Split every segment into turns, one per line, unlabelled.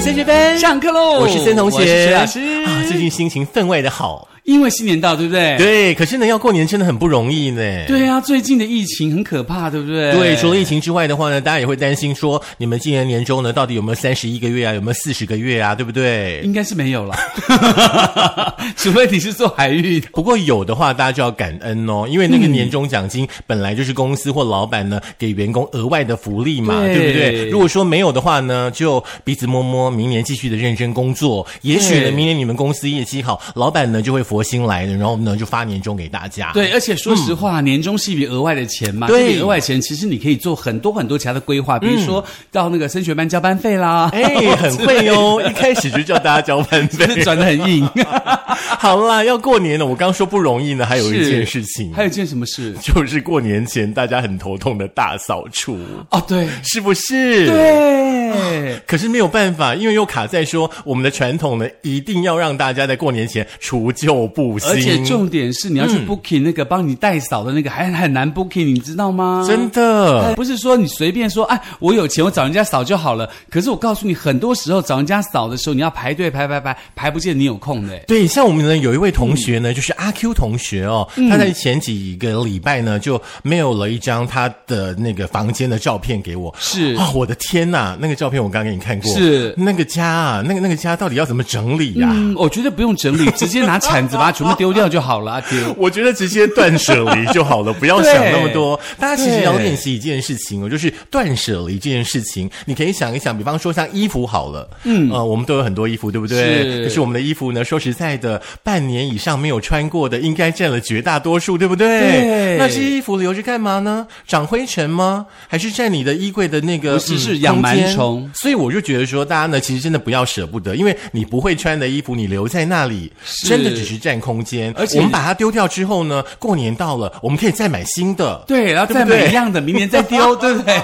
谢学芬，
上课喽！
我是森同学，
哦我是石老师
啊，最近心情分外的好。
因为新年到，对不对？
对，可是呢，要过年真的很不容易呢。
对啊，最近的疫情很可怕，对不对？
对，除了疫情之外的话呢，大家也会担心说，你们今年年终呢，到底有没有三十一个月啊，有没有四十个月啊，对不对？
应该是没有了， 除非你是做海域的。
不过有的话，大家就要感恩哦，因为那个年终奖金本来就是公司或老板呢给员工额外的福利嘛，
对
对不对？如果说没有的话呢，就彼此摸摸，明年继续的认真工作。也许呢，
对
明年你们公司业绩好，老板呢就会佛心来的，然后呢就发年终给大家。
对，而且说实话，年终是一笔额外的钱嘛，
嗯对嗯
这笔额外钱其实你可以做很多很多其他的规划，比如说到那个升学班交班费啦，
哎，很 会哦！一开始就叫大家交班费
真，的转的很 硬。
好啦，要过年了，我刚说不容易呢，还有一件事情，
还有一件什么事？
就是过年前大家很头痛的大扫除，
哦，对
是不是？。
对。
可是没有办法，因为又卡在说我们的传统呢，一定要让大家在过年前除旧布新。
而且重点是你要
嗯
去 booking 那个帮你代扫的那个还很难 booking，你知道吗？
真的，
不是说你随便说，哎，我有钱，我找人家扫就好了。可是我告诉你，很多时候找人家扫的时候，你要排队排排排，排不见你有空的。
对，像我们呢有一位同学呢，就是阿 Q 同学哦，
嗯
他在前几个礼拜呢就没有了一张他的那个房间的照片给我，
是
啊、我的天呐，那个照片我刚刚给你看过，
是
那个家啊，那个那个家到底要怎么整理呀、
嗯，我觉得不用整理，直接拿铲子把它全部丢掉就好了。 阿丢，
我觉得直接断舍离就好了，不要想那么多。大家其实要
对
练习一件事情哦，就是断舍离这件事情。你可以想一想，比方说像衣服好了，嗯，呃，我们都有很多衣服，对不对？
是
可是我们的衣服呢，说实在的，半年以上没有穿过的，应该占了绝大多数，对不对？
对
那这些衣服留着干嘛呢？长灰尘吗？还是占你的衣柜的那个？
不是是
嗯
养
空间
螨虫
所以我就觉得说，大家呢，其实真的不要舍不得，因为你不会穿的衣服，你留在那里，
是
真的只是占空间。
而且
我们把它丢掉之后呢，过年到了，我们可以再买新的。
对，然后再
对不对
买一样的，明年再 丢，对不对？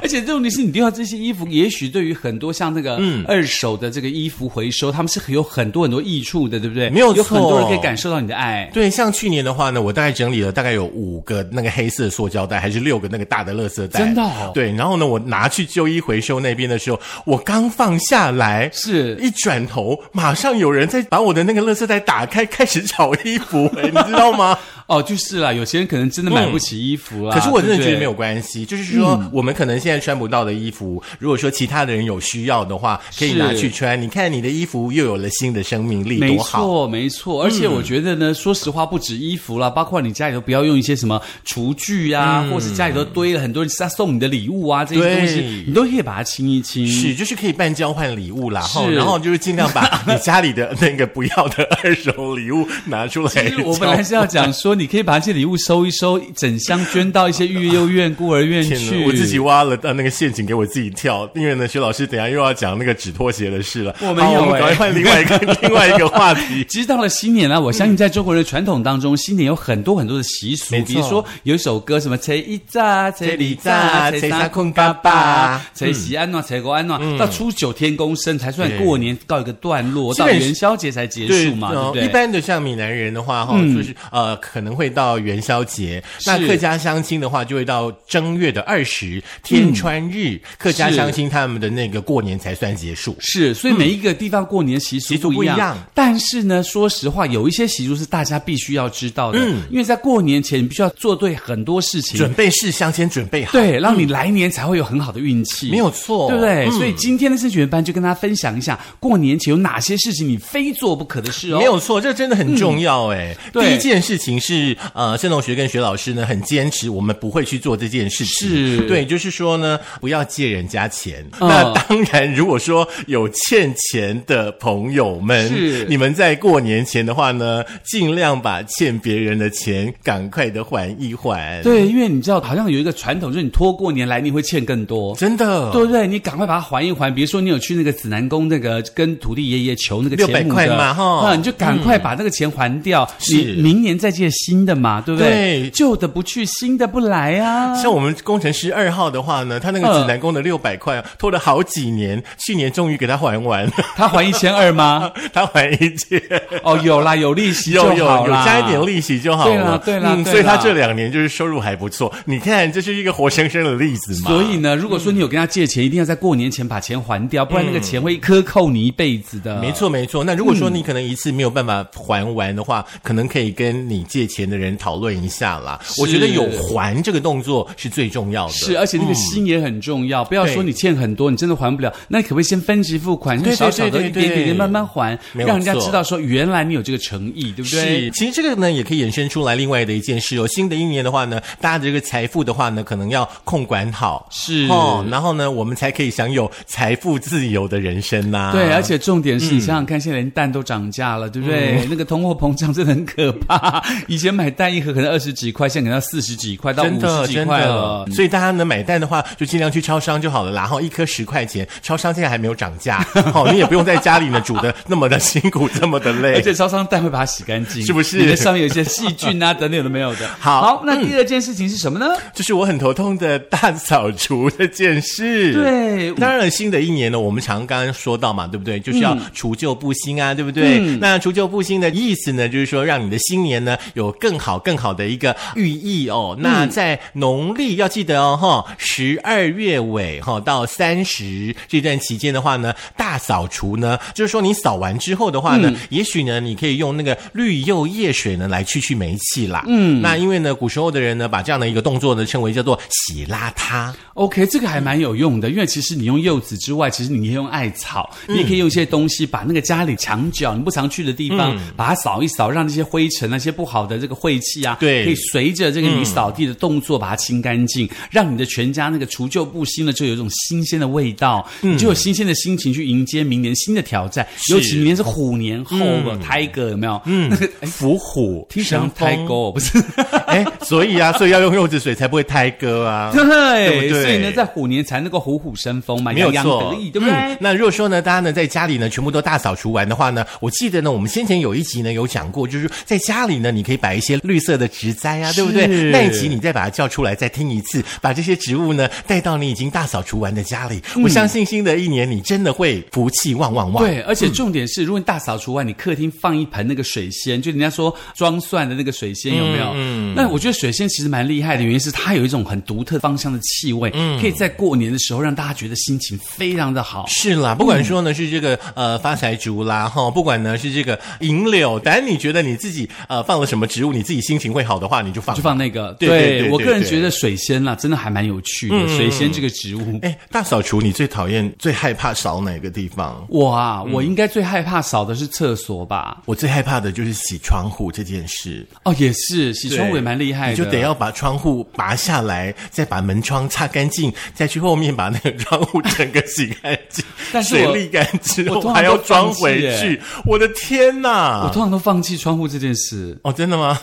而且重点是你丢掉这些衣服，也许对于很多像那个二手的这个衣服回收，他们是很有很多很多益处的，对不对？
没有
有很
错
多人可以感受到你的爱。
对，像去年的话呢，我大概整理了大概有五个那个黑色塑胶袋，还是六个那个大的垃圾袋。
真的哦
对，然后呢，我拿去旧衣回收那边的时候，我刚放下来，
是
一转头，马上有人在把我的那个垃圾袋打开，开始找 衣服、哎你知道吗？
哦，就是啦，有些人可能真的买不起衣服啦。
可是我真的觉
对
得
不对嗯
没有关系，就是说我们可能现在穿不到的衣服，如果说其他的人有需要的话，可以
是
拿去穿。你看你的衣服又有了新的生命力，
没
多好！
错，没错，而且我觉得呢，说实话，不止衣服啦，包括你家里头不要用一些什么厨具
嗯
啊，或是家里头堆了很多人他送你的礼物啊，这些东
对
西，你都可以把它清一清。
是，就是可以办交换礼物啦，
嗯是
哈，然后就是尽量把你家里的那个不要的二手礼物拿出来
其实
交。
我本来是要讲说，你可以把这些礼物收一收，整箱捐到一些育幼院、孤儿院
天
去。
哪，我自己挖了呃那个陷阱给我自己跳，因为呢，薛老师等一下又要讲那个纸拖鞋的事了。
我没
好
有
我们
哎
赶快换另外一 个另外一个话题。
其实到了新年呢、我相信在中国人的传统当中，新年有很多很多的习俗
没，错
比如说有一首歌什么“初一炸，初二炸，初
初三
三困嘎巴，初
嗯
四安暖，初五安暖”，到初九天公生才算过年告一个段落，
基
到
本
元宵节才结
对
束嘛，
呃
对不嗯对？
一般的像闽南人的话，哈、就是呃，可能会到元宵节。那客家乡亲的话，就会到正月的二十
嗯
天穿日，客家乡亲他们的那个过年才算结束。
是，所以每一个地方过年习
嗯习俗
俗不
不一
一样。
样
但是呢，说实话，有一些习俗是大家必须要知道的，因为在过年前你必须要做对很多事情，
嗯准备事项先准备好，
对，让你来年才会有很好的运气。
没有错，
对不对？
嗯
所以今天的升学班就跟大家分享一下，过年前有哪些事情你非做不可的事哦。
没有错，这真的很重要哎、
嗯对
第一件事情是，呃，盛同学跟学老师呢很坚持，我们不会去做这件事情。
是
对，就是说呢，不要借人家钱。
嗯
那当然，如果说有欠钱的朋友们，
是
你们在过年前的话呢，尽量把欠别人的钱赶快的还一还。，
对，因为你知道，好像有一个传统，就是你拖过年来，你会欠更多。
真的。
对不啊对？你赶快把它还一还。比如说，你有去那个指南宫那个跟土地爷爷求那个
600
钱母的啊
块嘛哈
那你就赶快把那个钱还掉。
是
你明年再借新的嘛，对不
对
旧的不去，新的不来 啊。
像我们工程师二号的话呢，他那个
嗯
指南宫的六百块啊拖了好几年，去年终于给他还完了，
他还一千二吗？
他还一千，
哦，有啦，有利息 就
有有
好
有
啦
加一点利息就好了，嗯
对啦对啦对啦
所以他这两年就是收入还不错。你看，这是一个活生生的例子嘛。
所以呢，如果说你有跟他借钱，一定要在过年前把钱还掉，不然那个钱会克扣你一辈子的。
嗯没错，没错。那如果说
嗯
你可能一次没有办法还完的话，可能可以跟你借钱的人讨论一下啦。我觉得有还这个动作是最重要的。
是，而且那个心也很重要。不要说
对
你欠很多，你真的还不了，那你可不可以先分期付款，
对
少少的
对对
一点
对
点点慢慢还，
没有
让人家
错
知道说原来你有这个诚意，对不对？
是，其实这个呢也可以衍生出来另外的一件事哦。新的一年的话呢，大家的这个财富的话呢，可能要控管好，
是
哦，然后呢，我们才可以享有财富自由的人生啊呐、
对，而且重点是你想想看，现在连蛋都涨价了，对不
嗯
对？那个通货膨胀真的很可怕。以前买蛋一盒可能二十几块，现在可能要四十几块到
真
五
的
十几
真
块
的
了，。嗯
所以大家呢买蛋的话，就尽量去超商就好了啦。然后一颗十块钱，超商现在还没有涨价，好、你也不用在家里呢煮的那么的辛苦，这么的累
而。且超商蛋会把它洗干净，
哎是不是
里面上面有一些细菌啊，等 等有的没有的。
好嗯
那第二件事情是什么呢？
这是我很头痛的大扫除这件事。
对
当然了，新的一年呢，我们常刚刚说到嘛，对不对？就是要除旧布新啊，对不对？那除旧布新的意思呢，就是说让你的新年呢有更好、更好的一个寓意哦。那在农历要记得哦，哈，十二月尾哈到三十这段期间的话呢，大扫除呢，就是说你扫完之后的话呢，也许呢，你可以用那个绿釉叶水呢来去去霉气啦。嗯，那因为呢，古时候的人呢，把这样的一个动作呢称为叫做洗邋遢。
OK，这个还蛮有用的，因为其实你用柚子之外，其实你可以用艾草，
嗯
你也可以用一些东西把那个家里墙角你不常去的地方，
嗯
把它扫一扫，让那些灰尘、那些不好的这个晦气啊，
对
可以随着这个你扫地的动作把它清干净，让你的全家那个除旧布新呢，就有一种新鲜的味道，你就有新鲜的心情去迎接明年新的挑战。
嗯是嗯
尤其明年是虎年后了，胎哥有没有？嗯，那个 哎
伏虎
听起来像胎
生风
哥不是？
哎，所以啊，所以要用柚子水才不会胎哥啊。对
对，
不对
所以呢，在虎年才能够虎虎生风嘛，
没有
洋洋
错，
得意，对不对？
嗯那如果说呢，大家呢在家里呢全部都大扫除完的话呢，我记得呢我们先前有一集呢有讲过，就是在家里呢你可以摆一些绿色的植栽啊，对不对？
是
那一集你再把它叫出来再听一次，把这些植物呢带到你已经大扫除完的家里，我相信新的一年你真的会福气旺旺旺。
嗯对，而且重点是，如果你大扫除完，你客厅放一盆那个水仙，就人家说装蒜的那个水仙，有没有？那我觉得水仙其实蛮厉害的，原因是它有一种很独特芳香的气味，可以在过年的时候让大家觉得心情非常的嗯好。
是啦，不管说呢是这个
嗯
呃发财竹啦哈，不管呢是这个银柳，反正你觉得你自己呃放了什么植物，你自己心情会好的话，你就放
就。放那个，
对对对
我
对
个人
对
觉得水仙啊啦，真的还蛮有趣的。水仙这个植物，
哎，大扫除你最讨厌、最害怕扫哪个地方？
我啊，我应该最害怕扫的是厕所吧？
我最害怕的就是洗窗户这件事，
哦，也是，洗窗户也蛮厉害的，
你就得要把窗户拔下来，再把门窗擦干净，再去后面把那个窗户整个洗干净，
但是
水
我
沥干之后
我通常都
还要装
放弃
回
耶
去，我的天
我
哪！
通常都放弃窗户这件事。
哦，真的吗？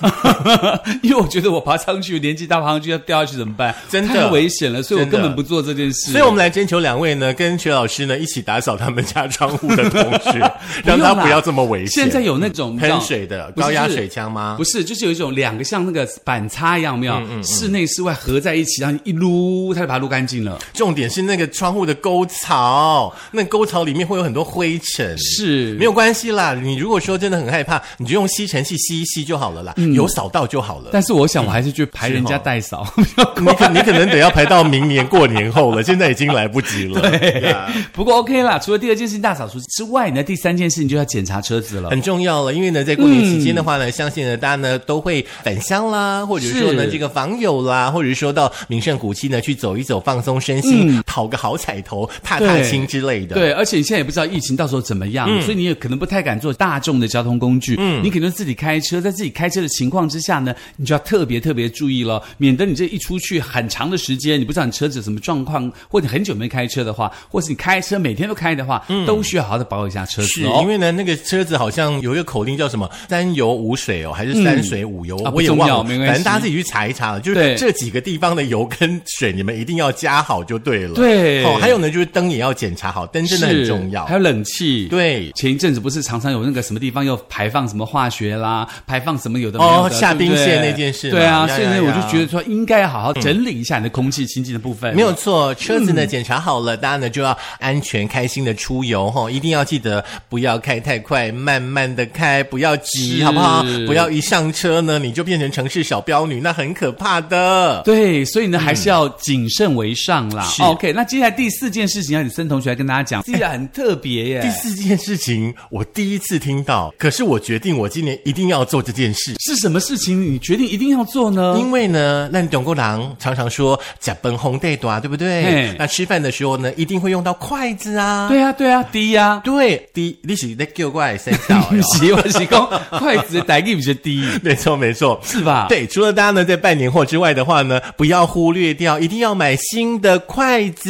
因为我觉得我爬上去，年纪大爬上去要掉下去怎么办？
真的
太危险了，所以我
真的
根本不做这件事。
所以，我们来征求两位呢，跟徐老师呢一起打扫他们家窗户的同 学，
用
让
啦
他不要这么危险。嗯
现在有那种你知道
喷水的
不是
高压
就是
水枪吗嗯
不是，就是有一种两个像那个板擦一样，有没有？室内室外合在一起，然后一撸，它就把它撸干净了。
重点是那个窗户的沟槽，那沟槽里面会有很多灰尘。
是
没有关系啦，你如果说真的很害怕，你就用吸尘器吸一吸就好了啦，
嗯
有扫到就好了。
但是我想，我还是去排人
是
家
哦
代扫比较
你可你可能得要排到明年过年后了，现在已经来不及了。 对啊
不过 OK 啦，除了第二件事情大扫除之外呢，第三件事情就要检查车子了。
很重要了，因为呢，在过年期间的话呢，相信呢大家呢都会返乡啦，或者说呢
是
这个访友啦，或者说到名胜古迹呢去走一走，放松身心，讨个好彩头，踏踏
嗯对
青之类的。嗯
对，而且你现在也不知道疫情到时候怎么样，所以你也可能不太敢坐大众的交通工具。嗯，你可能自己开车，在自己开车的情况之下呢，你就要特别特别注意了，免得你这一出去很长的时间，你不知道你车子有什么状况，或者很久没开车的话，或是你开车每天都开的话，都需要好好的保养一下车
嗯是
子
因
哦。
为呢，那个车子好像有一个口令叫什么“三油五水”哦，还是“三水五油”？
啊
我也
不重要
忘了，
没关系
反正大家自己去查一查了。就是
对
这几个地方的油跟水，你们一定要加好就对了。
对
哦，还有呢，就是灯也要检查好，灯真的很
是
重要
还。有冷气。
对，
前一阵子不是常常有那个什么地方又排放什么化学啦，排放什么有有的没有的
哦下
对不对
冰线那件事嘛
对啊，
呀
所以呢
呀，
我
呀
就觉得说应该好好整理一下你的空气清净的部分。
嗯没有错，车子呢检查好了，大家呢就要安全开心的出游哈，一定要记得不要开太快，慢慢的开，不要急，
是
好不好？不要一上车呢你就变成城市小彪女，那很可怕的。
对，所以呢，还是要谨慎为上啦。
嗯是哎
OK，那接下来第四件事情，啊要你森同学来跟大家讲，这个很特别耶
第。四件事情我第一次听到，可是我决定我今年一定要做这件事。
是什么事情你决定一定要做呢？
因为呢，那董狗郎常常说“假本红带短”，对不对
嘿？
那吃饭的时候呢，一定会用到筷子啊。
对啊，对啊，第一啊，
对，第一，你是在叫我的身上
不
哟。
是我是讲筷子的代替比较低，
没错，没错，
是吧？。
对，除了大家呢在办年货之外的话呢，不要忽略掉，一定要买新的筷子。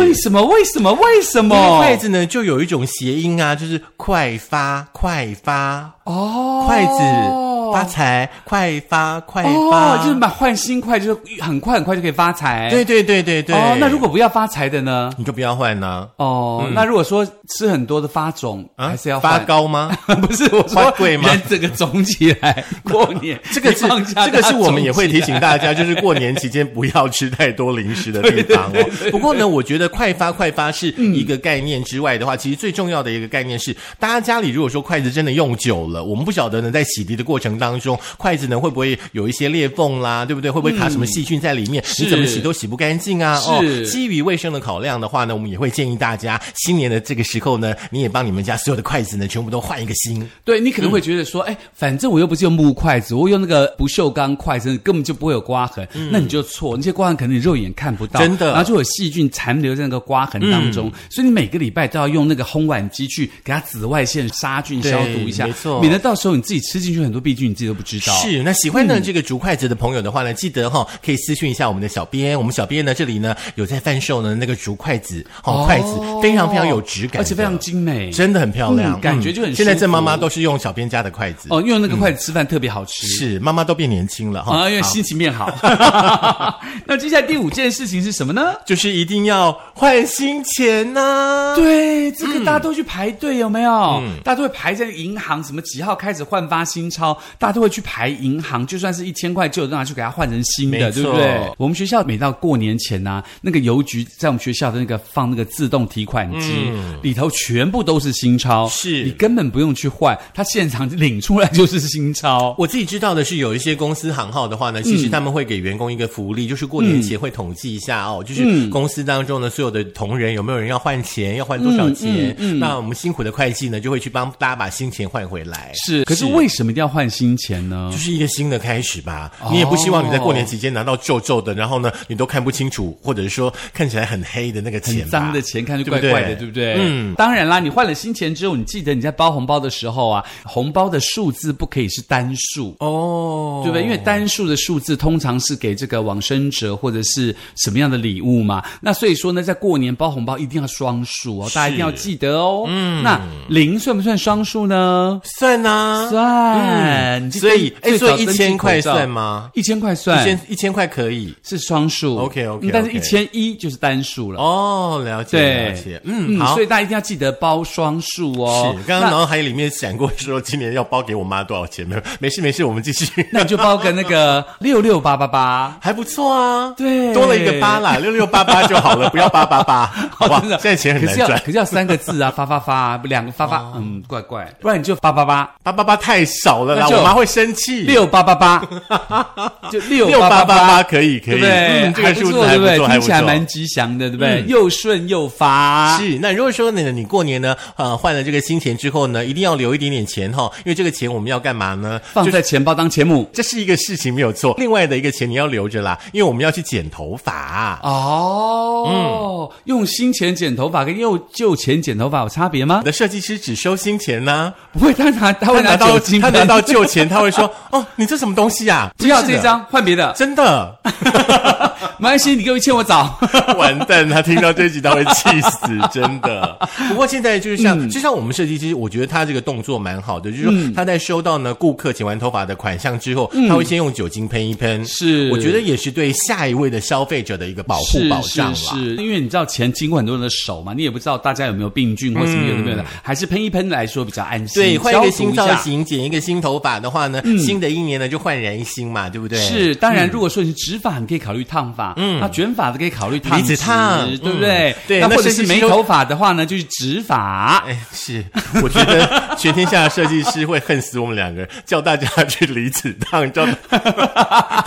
为什么？为什么？为什
因为
么？
筷子呢，就有一种谐音啊，就是快发快发，
哦，
筷子发财，快发快发，
哦，就是买换新筷，就是很快很快就可以发财。
对对对对对。
哦，那如果不要发财的呢？
你就不要换呢、
哦，那如果说吃很多的发肿，
嗯啊，
还是要
发
换。
高吗？
不是我
花
说
贵吗
人整个肿起来，过年
这个是
你放假
这个是我们也会提
大家肿起来
醒大家，就是过年期间不要吃太多零食的地方哦。不过呢，我觉得快发快发是
嗯
一个概念之外的话，其实最重要的一个概念是，大家家里如果说筷子真的用久了，我们不晓得呢，在洗涤的过程当中，筷子呢会不会有一些裂缝啦，对不对？会不会卡什么细菌在里面？你怎么洗都洗不干净啊！哦，
嗯是
基于卫生的考量的话呢，我们也会建议大家新年的这个时候呢，你也帮你们家所有的筷子呢，全部都换一个新。
对你可能会觉得说，哎、反正我又不是用木筷子，我用那个不锈钢筷子，根本就不会有刮痕。那你就错，那些刮痕可能你肉眼看不到，
嗯真的嗯
然后就有细菌残留在那个刮痕当中。所以你每个礼拜都要用那个烘碗机去给它紫外线杀菌
对
消毒一下，
没错
免得到时候你自己吃进去很多病菌，你自己都不知道。
是，那喜欢呢、
嗯
这个竹筷子的朋友的话呢，记得哈、可以私讯一下我们的小编，我们小编呢这里呢有在贩售呢那个竹筷子，哦，筷子非常非常有质感的，
而且非常精美。
真的很漂亮，
嗯感觉就很
现在
舒
这妈妈
服
都是用小编家的筷子，
哦，用那个筷子吃饭特别好吃。
是妈妈都变年轻了哈、
啊，因为
好
心情变 好。那接下来第五件事情是什么呢？
就是一定要换新钱呐、
对，这个大家都去排队，有没有？大家都会排在银行，什么几号开始换发新钞，大家都会去排银行，就算是一千块旧的，都拿去给它换成新
没
的，
错
对不对？我们学校每到过年前呐、那个邮局在我们学校的那个放那个自动提款机、里头，全部嗯都是新钞，
是
你根本不用去换，它现场领出来就是新钞。
我自己知道的是，有一些公司行号的话呢，
嗯
其实他们会给员工一个福利，就是过年前会统计一下
嗯
哦，就是公司当中呢所有的同仁有没有人要换钱，要换多少钱。
嗯
那我们辛苦的会计呢，就会去帮大家把新钱换回来。
是，可是为什么一定要换新钱呢
就？是一个新的开始吧，你也不希望你在过年期间拿到皱皱的，然后呢，你都看不清楚，或者是说看起来很黑的那个钱吧，
很脏的钱看就
对
怪
不对
怪的，对不对？嗯，当然啦，你换了新钱之后，你记得你在包红包的时候啊，红包的数字不可以是单数。
哦，
对不对？因为单数的数字通常是给这个往生者或者是什么样的礼物嘛。那所以说呢，在过年包红包一定要双数哦，大家一定要记得哦。嗯，那零算不算双数呢？
算啊，
算。你记得
所以哎
最早
所以一
登记
千
口
块
罩
算吗
一千块算，
一千一千块可以
是双数。
OK，OK，OK
嗯但是一千一就是单数了。
哦，了解
对，
了解，嗯，好
所。以大家一定要记得包双数哦。
是，刚刚
那
脑海里面闪过说今年要包给我妈多少钱？没有，没事没事，我们继续。
那你就包个那个六六八八八。
还不错啊，
对
多了一个八 啦，六六八八就好了，不要八八 八，好吧？
真的，
现在钱很
可
难
是要
赚，哦
可是要三个 字啊，发发发，两个发发，嗯，怪怪，不然你就八八八
八八八太少了啦，
那就
我妈会生气。
六八八 八，就六
哎六八
八
八
八，
八可以可
对
以，
不对？
嗯，这个数字
还
还
不
不
对？
错，还
听
不
起来
错。
蛮吉祥的，对不对？又顺又发，
是，那如果说呢，你过年呢，呃，换了这个新钱之后呢，一定要留一点点钱哈、因为这个钱我们要干嘛呢？
放在钱包当钱母。
这是一个事情没有错，另外的一个钱你要留着啦，因为我们要去剪头发。
哦，
嗯
用新钱剪头发跟用旧钱剪头发有差别吗
我？的设计师只收新钱呢、
不会，他拿他
他
会
拿
拿
到
酒精
他
喷，
拿到旧钱，他 会说：“哦，你这什么东西啊？
不要
真是
这
的，
张，换别 的。
真的
没关系，你给我一千，我找。
完蛋！他听到这一集他会气死，真的。不过现在就是
嗯
像，就像我们设计师，我觉得他这个动作蛮好的，就是说他在收到呢顾客剪完头发的款项之后，他会先用酒精喷一喷，
嗯是
我觉得也是对下一位的消费者的一个保护
是
保障啦。
是是，因为你知道钱经过很多人的手嘛，你也不知道大家有没有病菌或什么有没有的，还是喷一喷来说比较安心。
对，换一个
消毒
新
下嗯
造型，剪一个新头发的话呢，新的一年呢就焕然一新嘛，对不对？
是，当然，如果说你直发，你可以考虑烫发；嗯，那卷发的可以考虑烫
离子烫
对不对
嗯？对
那
那
或者
设计
是
师
没
都
头发的话呢，就是直发。
哎，是， 我觉得全天下的设计师会恨死我们两个人，叫大家去离子烫，你知道吗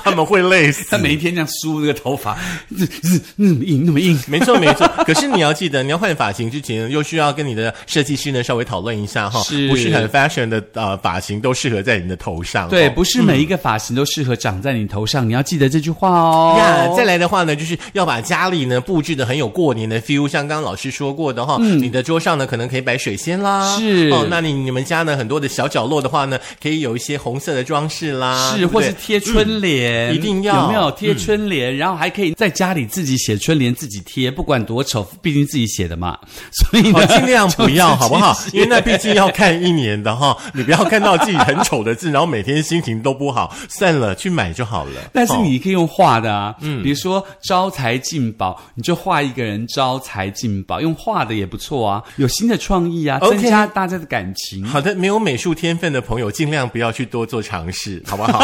他们会累死。
他每一天这样梳那个头发，嗯嗯嗯，硬那么硬。
没错没错，可是你要记得，你要换发型之前，又需要跟你的设计师呢稍微讨论一下哈，
是
不是很 fashion 的呃发型都适合在你的头上。
对，
哦
不是每一个发型都适合长在你头上，你要记得这句话哦。
呀，再来的话呢，就是要把家里呢布置的很有过年的 feel，像刚刚老师说过的哈、你的桌上呢可能可以摆水仙啦，
嗯是
哦，那你你们家呢很多的小角落的话呢，可以有一些红色的装饰啦，
是，
啊对不
或
对
是贴春联，
嗯一定要嗯
有没有贴春联？然后还可以在家里自己写春联，自己贴，不管多丑，毕竟自己写的嘛。所以
哦
呢，，
尽量
就
不要，
自己
好不好？
写
因为那毕竟要看一年的哈， 你不要看到自己很丑的字，然后每天心情都不好，算了，去买就好了。
但是
哦嗯
你可以用画的啊，比如说招财进宝，你就画一个人招财进宝，用画的也不错啊，有新的创意啊，
OK
增加大家的感情。啊
好的，没有美术天分的朋友，尽量不要去多做 尝试，好不好？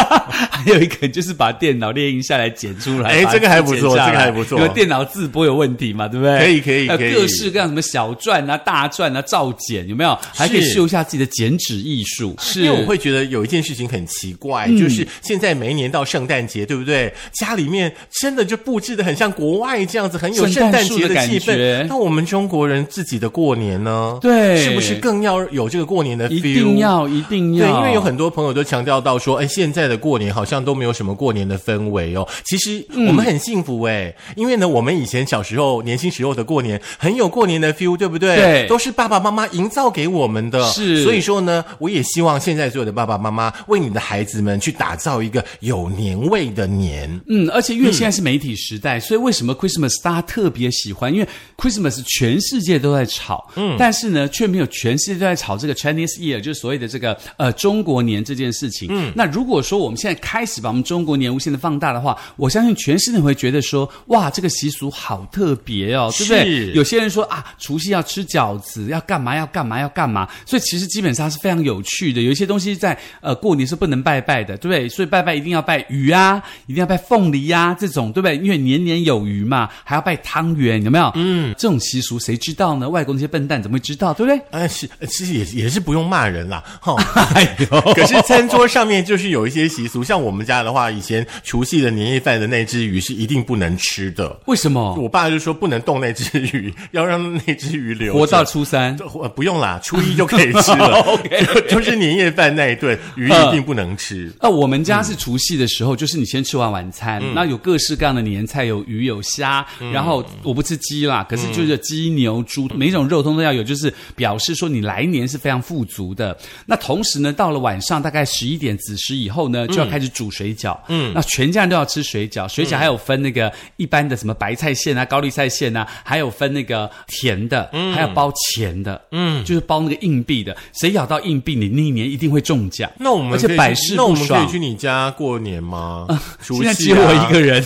还有一个就是把电脑列印下来剪出来，
哎
把它
这个还不错
剪下来
这个还不错
有电脑字不会有问题嘛，对不对？
可以可以
还有
可以
各式各样什么小篆啊、大篆啊、造剪有没有？还可以秀一下自己的剪纸艺术。哎是嗯
因为我会觉得有一件事情很奇怪，就是现在每一年到圣诞节，对不对？家里面真的就布置的很像国外这样子，很有
圣
圣
诞
诞
树
节
的感
气
觉
氛。那我们中国人自己的过年呢？
对
是不是更要有这个过年的 feel？
一定要一定要，
对，因为有很多朋友都强调到说，哎，现在的过年好像都没有什么过年的氛围哦。其实
嗯
我们很幸福哎、因为呢，我们以前小时候年轻时候的过年很有过年的 feel，对不对？
对
都是爸爸妈妈营造给我们的。
是
所以说呢，我也希望现在所有的爸爸妈妈为你的孩子们去打造一个有年味的年。
嗯，而且因为现在是媒体时代，所以为什么 Christmas 大家特别喜欢？因为 Christmas 全世界都在炒，嗯，但是呢，却没有全世界都在炒这个 Chinese Year，就是所谓的这个呃中国年这件事情。嗯，那如果说我们现在开始把我们中国年无限的放大的话，我相信全世界会觉得说，哇，这个习俗好特别哦，对不
是
对？有些人说啊，除夕要吃饺子，要干嘛要干嘛要干嘛，所以其实基本上是非常有趣的。有一些东西在呃过年是不能拜拜的，对不对？所以拜拜一定要拜鱼啊，一定要拜凤梨呀、这种，对不对？因为年年有余嘛，还要拜汤圆，有没有？嗯，这种习俗谁知道呢？外国那些笨蛋怎么会知道，对不对？
哎，是，其实也也是不用骂人啦， 哈、
哎呦，
可是餐桌上面就是有一些习俗，像我们家的话，以前除夕的年夜饭的那只鱼是一定不能吃的。
为什么
我爸就说不能动那只鱼， 要让那只鱼留着
活到。初三？
呃不用啦，初一就可以吃了。
OK 嗯
就就是年夜饭那一顿鱼一定不能吃。
呃，我们家是除夕的时候，就是你先吃完晚餐，那有各式各样的年菜，有鱼有虾，然后我不吃鸡啦，可是就是鸡牛猪每种肉通都要有，就是表示说你来年是非常富足的。那同时呢，到了晚上大概十一点子时以后呢，就要开始煮水饺，嗯，那全家人都要吃水饺，水饺还有分那个一般的什么白菜馅啊、高丽菜馅啊，还有分那个甜的，还有包钱的，嗯，就是包那个硬币的，谁咬到硬币，你那一年一定会中奖。
那我们
而且
可以
百试
那
不
我们可
爽
以去你家过年吗？ 除
现
夕、
在
啊、
只有我 一个 人，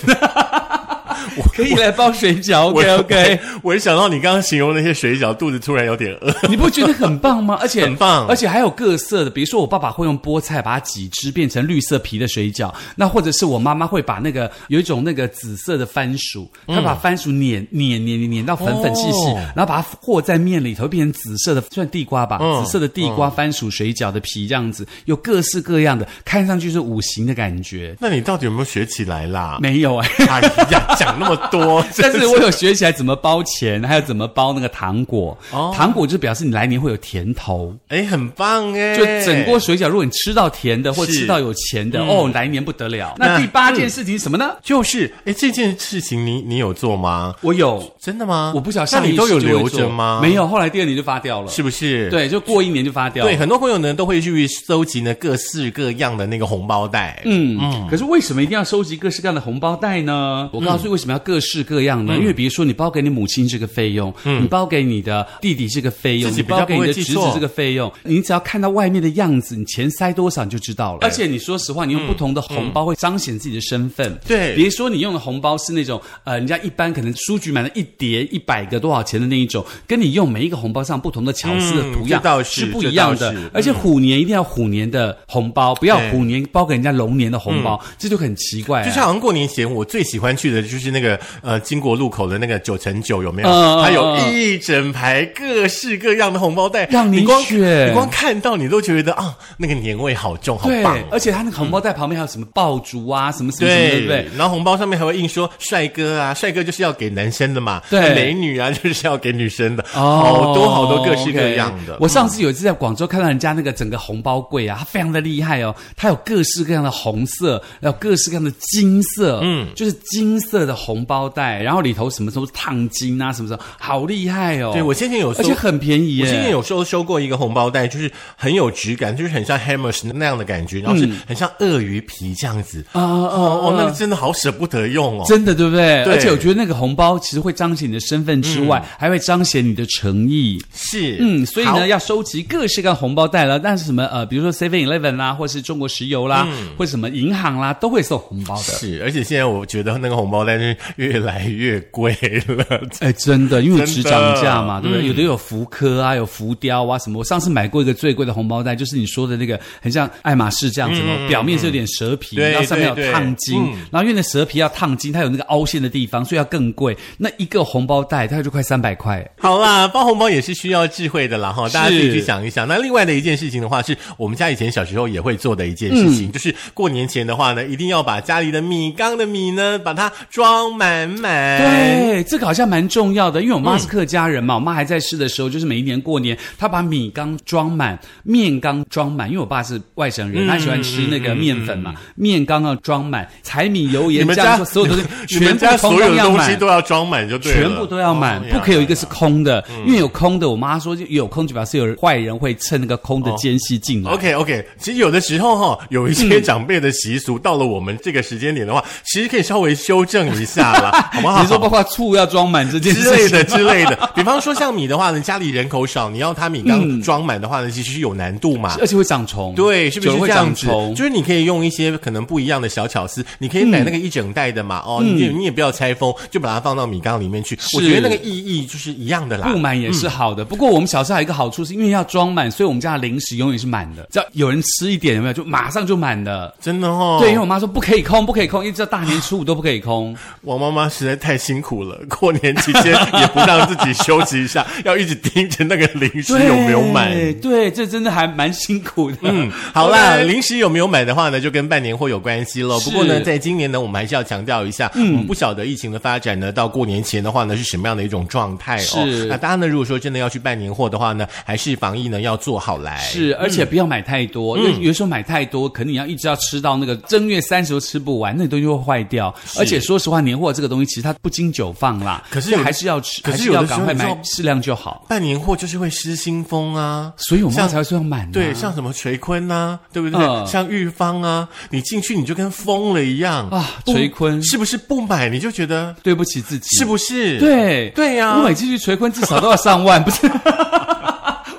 可以来包水饺。
我
OK OK，
我一想到你刚刚形容那些水饺，肚子突然有点饿。
你不觉得很棒吗？而且
很棒
而且还有各色的，比如说我爸爸会用菠菜把它挤汁变成绿色皮的水饺，那或者是我妈妈会把那个有一种那个紫色的番薯，她把番薯碾碾碾碾碾到粉粉细细，
嗯哦
然后把它和在面里头变成紫色的，算地瓜吧，
嗯
紫色的地瓜番薯水饺的皮这样子，有各式各样的，看上去是五行的感觉。
那你到底有没有学起来啦？
没有哎、
哎呀，讲那么多，
但是我有学起来怎么包钱，还有怎么包那个糖果。
哦
糖果就表示你来年会有甜头，
哎，很棒哎！
就整锅水饺，如果你吃到甜的或
是嗯
吃到有钱的，哦，来年不得了。那第嗯八件事情是什么呢？
就是，哎，这件事情你你有做吗？
我有，
真的吗？
我不晓得上
那
一
你都
世
有
就会
留
做
着吗？
没，有，后来第二年就发掉了。
是不是？。
对，哦就过一年就发掉了。
对，很多朋友呢都会去搜集呢各式各样的那个红包袋。嗯，
嗯，可是为什么一定要收集各式各样的红包袋呢？我告诉你为为什么要各式各样
嗯
呢？因为比如说你包给你母亲这个费用，你包给你的弟弟这个费用，
自
你
己比较
包给你的
不会
侄
记
子
错
这个费用，你只要看到外面的样子，你钱塞多少你就知道
嗯
了。而且你说实话，你用不同的红包会彰显自己的身份。
嗯对
别说你用的红包是那种呃，人家一般可能书局买了一叠一百个多少钱的那一种，跟你用每一个红包上不同的巧思的
嗯
图样
这倒是
不一样的
这倒是。
而且虎年一定要虎年的红包，不要
对
虎年包给人家龙年的红包，这就很奇怪啊。
嗯就像好像过年前，我最喜欢去的就是那个呃金国路口的那个九乘九，有没有？
嗯嗯
它有
嗯
一整排各式各样的红包袋，
让你
你光
选
你光看到你都觉得啊，那个年味好重，好
对
棒。，嗯
而且他那个红包袋旁边还有什么爆竹啊，什么什么什么，对
对
不对？
然后红包上面还会印说帅哥啊，帅哥就是要给男生的嘛，
对哦
那美女啊就是要给女生的，好多好多各式各样的。嗯
OK 我上次有一次在广州看到人家那个整个红包柜啊，它非常的厉害哦，它有各式各样的红色，还有各式各样的金色，嗯，就是金色的红包袋，然后里头什么什么烫金啊，什么什么，好厉害哦！
对我先前有搜
而且很便宜耶，
我之前有时候收过一个红包袋，就是很有质感，就是很像 Hammers 那样的感觉，然后是很像鳄鱼皮这样子。
嗯啊啊
哦，那
啊
个真的好舍不得用哦。
真的对不对？
对
而且我觉得那个红包其实会彰显你的身份之外，还会彰显你的诚意。
是，
嗯，所以
好
呢，要收集各式各样的红包袋了。但是什么呃，比如说 Seven Eleven 啦，或是中国石油啦，或者什么银行啦，都会送红包的。
嗯是，而且现在我觉得那个红包袋是越来越贵 了。
哎，真的，因为
真的嗯
只涨价嘛，对不对？有的有福科啊，有浮雕啊，什么。我上次买过一个最贵的红包袋，就是你说的那个，很像爱马仕这样子嘛，
嗯
表面是有点蛇皮，
对
然后上面有
对嗯对
烫金，然后因为那蛇皮要烫金，它有那个凹陷的地方，所以要更贵。那一个红包袋它就快三百块。
好啦，包红包也是需要智慧的啦哈，大家自己去想一想。那另外的一件事情的话，是我们家以前小时候也会做的一件事
嗯
情，就是过年前的话呢，一定要把家里的米缸的米呢，把它装满满。。
对，这个好像蛮重要的，因为我
嗯
妈是客家人嘛，我妈还在世的时候，就是每一年过年，她把米缸装满，面缸装满，因为我爸是外省
嗯
人，他喜欢吃那个面粉嘛，面缸要装满，柴米油
你
盐
们
酱
家
醋所有东西，
你
全部
们家
通
所有
通
的
要
东西
满
都。要装满就对了，
全部都要满
哦，
不可以有一个是
呀嗯
空的，因为有空的，我妈说就有空就表示有坏人会趁那个空的间隙进来。
OK OK，其实有的时候哈、有一些长辈的习俗，到了我们这个时间点的话，其实可以稍微修正一下 啦，好不好？
你说包括醋要装满这件事
啊之
情
类的之类的，比方说像米的话呢，家里人口少，你要他米缸装满的话呢，其实是有难度嘛。
而且会长虫，
对，是不
久
是
了嗯
这
会
样
长
子？
虫？嗯
就是你可以用一些可能不一样的小巧思，你可以买那个一整袋的嘛，哦，你就你也不要拆封，就把它放到米缸里面去。我觉得那个意义就是一样的啦
不。满也是好的。不过我们小时候还有一个好处，是因为要装满，所以我们家的零食永远是满的。只要有人吃一点，有没有就马上就满的。
真的哦，
对，因为我妈说不可以空，不可以空，一直到大年初五都不可以空。
王妈妈实在太辛苦了， 过年期间也不让自己休息一下， 要一直盯着那个零食有没有买。
对对，这真的还蛮辛苦的。
嗯，好啦，
OK
零食有没有买的话呢，就跟办年货有关系喽。
是嗯
不过呢，在今年呢，我们还是要强调一下，我们不晓得疫情的发展呢，到过年前的话呢，是什么样的一种状态哦。
是
那大家呢，如果说真的要去办年货的话呢，还是防疫呢要做好来。
是，而且不要买太多，因为有时候买太多，可能你要一直要吃到那个正月三十都吃不完，那东西会坏掉。而且说实话，年货这个东西其实它不经久放啦，
可是
所以
有
还是要吃，
可是
还是
有的
要
时候
赶快
你知
买
道
适量就好。
办年货就是会失心疯啊。
所以我妈
像
才会说要满啊、
对，像什么垂坤呐、对不对？
嗯
像玉芳啊，你进去你就跟疯了一样
啊
不
垂坤
是不是不买你就觉得
对不起自己，啊
是不是？
对
对呀、
我每次去垂坤至少都要上万，不 是？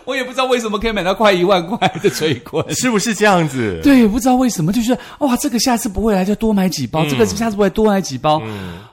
我也不知道为什么可以买到快一万块的垂 坤。
是不是这样子？
对，不知道为什么，就是哇，这个下次不会来就多买几包，这个下次不会多买几包。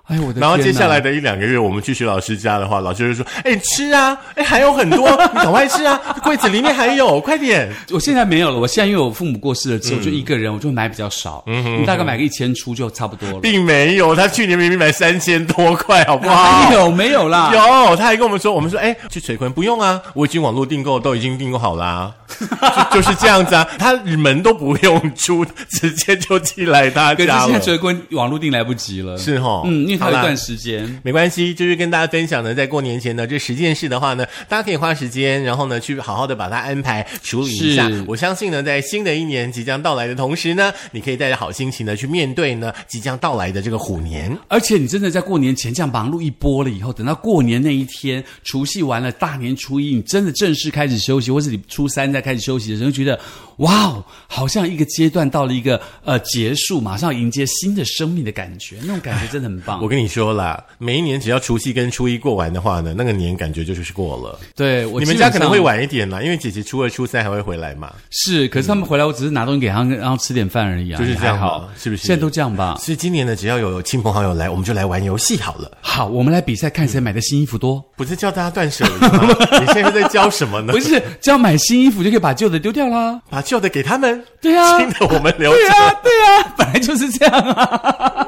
哎呦我的天哪！
嗯然后接下来的一两个月，我们去徐老师家的话，老师就说：“哎，吃啊，哎，还有很多， 你赶快吃啊，柜子里面还有，快点。
我现在没有了，我现在因为我父母过世了之后，
嗯
就一个人，我就买比较少，你大概买个一千出就差不多” 了。
并没有，他去年明明买三千多块，好不好？
哪有哎没有 啦？
有，他还跟我们说，我们说，哎，去垂坤不用啊，我已经网络订购都已经订购好啦、 就就是这样子啊，他门都不用出，直接就寄来他
可是
家
现在
了，
垂坤网络订来不及了，
是哈、
嗯，因为它有一
好啦
段时间。
没关系，就是跟大家分享呢，在过年前呢，这十件事的话呢，大家可以花时间，然后呢，去好好的把它安排处理一下
是。
我相信呢，在新的一年即将到来的同时呢，你可以带着好心情呢，去面对呢即将到来的这个虎年。
而且你真的在过年前这样忙碌一波了以后，等到过年那一天，除夕完了，大年初一，你真的正式开始休息，或是你初三再开始休息的时候，就觉得哇哦，好像一个阶段到了一个呃结束，马上迎接新的生命的感觉，那种感觉真的很棒。
我跟你说啦，每一年只要除夕跟初一过完的话呢，那个年感觉就是过了。
对，我
你们
基本
家可能
上
会晚一点啦，因为姐姐初二、初三还会回来嘛。
是，可是他们回来，我只是拿东西给他们，然后吃点饭而已啊，
就是
也
这样
还好
嘛是不是
现在都这样吧？
所以今年呢，只要有亲朋好友来，我们就来玩游戏好 了。
好，我们来比赛，看谁买的新衣服 多。
不是叫大家断舍 离吗？你现在在教什么呢
不？是，只要买新衣服就可以把旧的丢掉啦。
把旧的给他们，
对啊
新的我们留
对
着。
啊，对啊，本来就是这样 啊，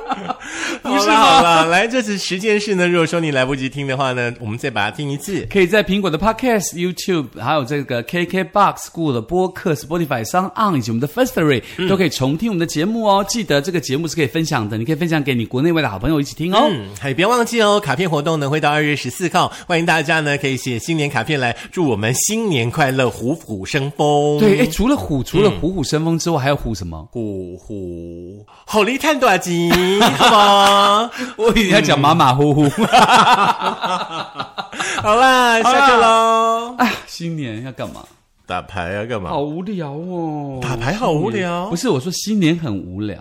不
好
是
啦好
吗？
啦，来，这是十件事呢。如果说你来不及听的话呢，我们再把它听一次。
可以在苹果的 Podcast、YouTube，还有这个 KKBox、Google 的播客、Spotify、s o n On 以及我们的 Firstory、都可以重听我们的节目哦。记得这个节目是可以分享的，你可以分享给你国内外的好朋友一起听哦。
嗯，还别忘记哦，卡片活动呢会到二月十四号，欢迎大家呢可以写新年卡片来祝我们新年快乐，虎虎生风。
对，哎，，除了虎，除了虎虎生风之外，还有虎什么？
虎虎好力探短集，好吗？
我以为你要讲马马虎 虎。
嗯好啦，下课喽。
啊，新年要干嘛？
打牌啊，干嘛？
好无聊哦。
打牌好无聊
不。是我说新年很无聊。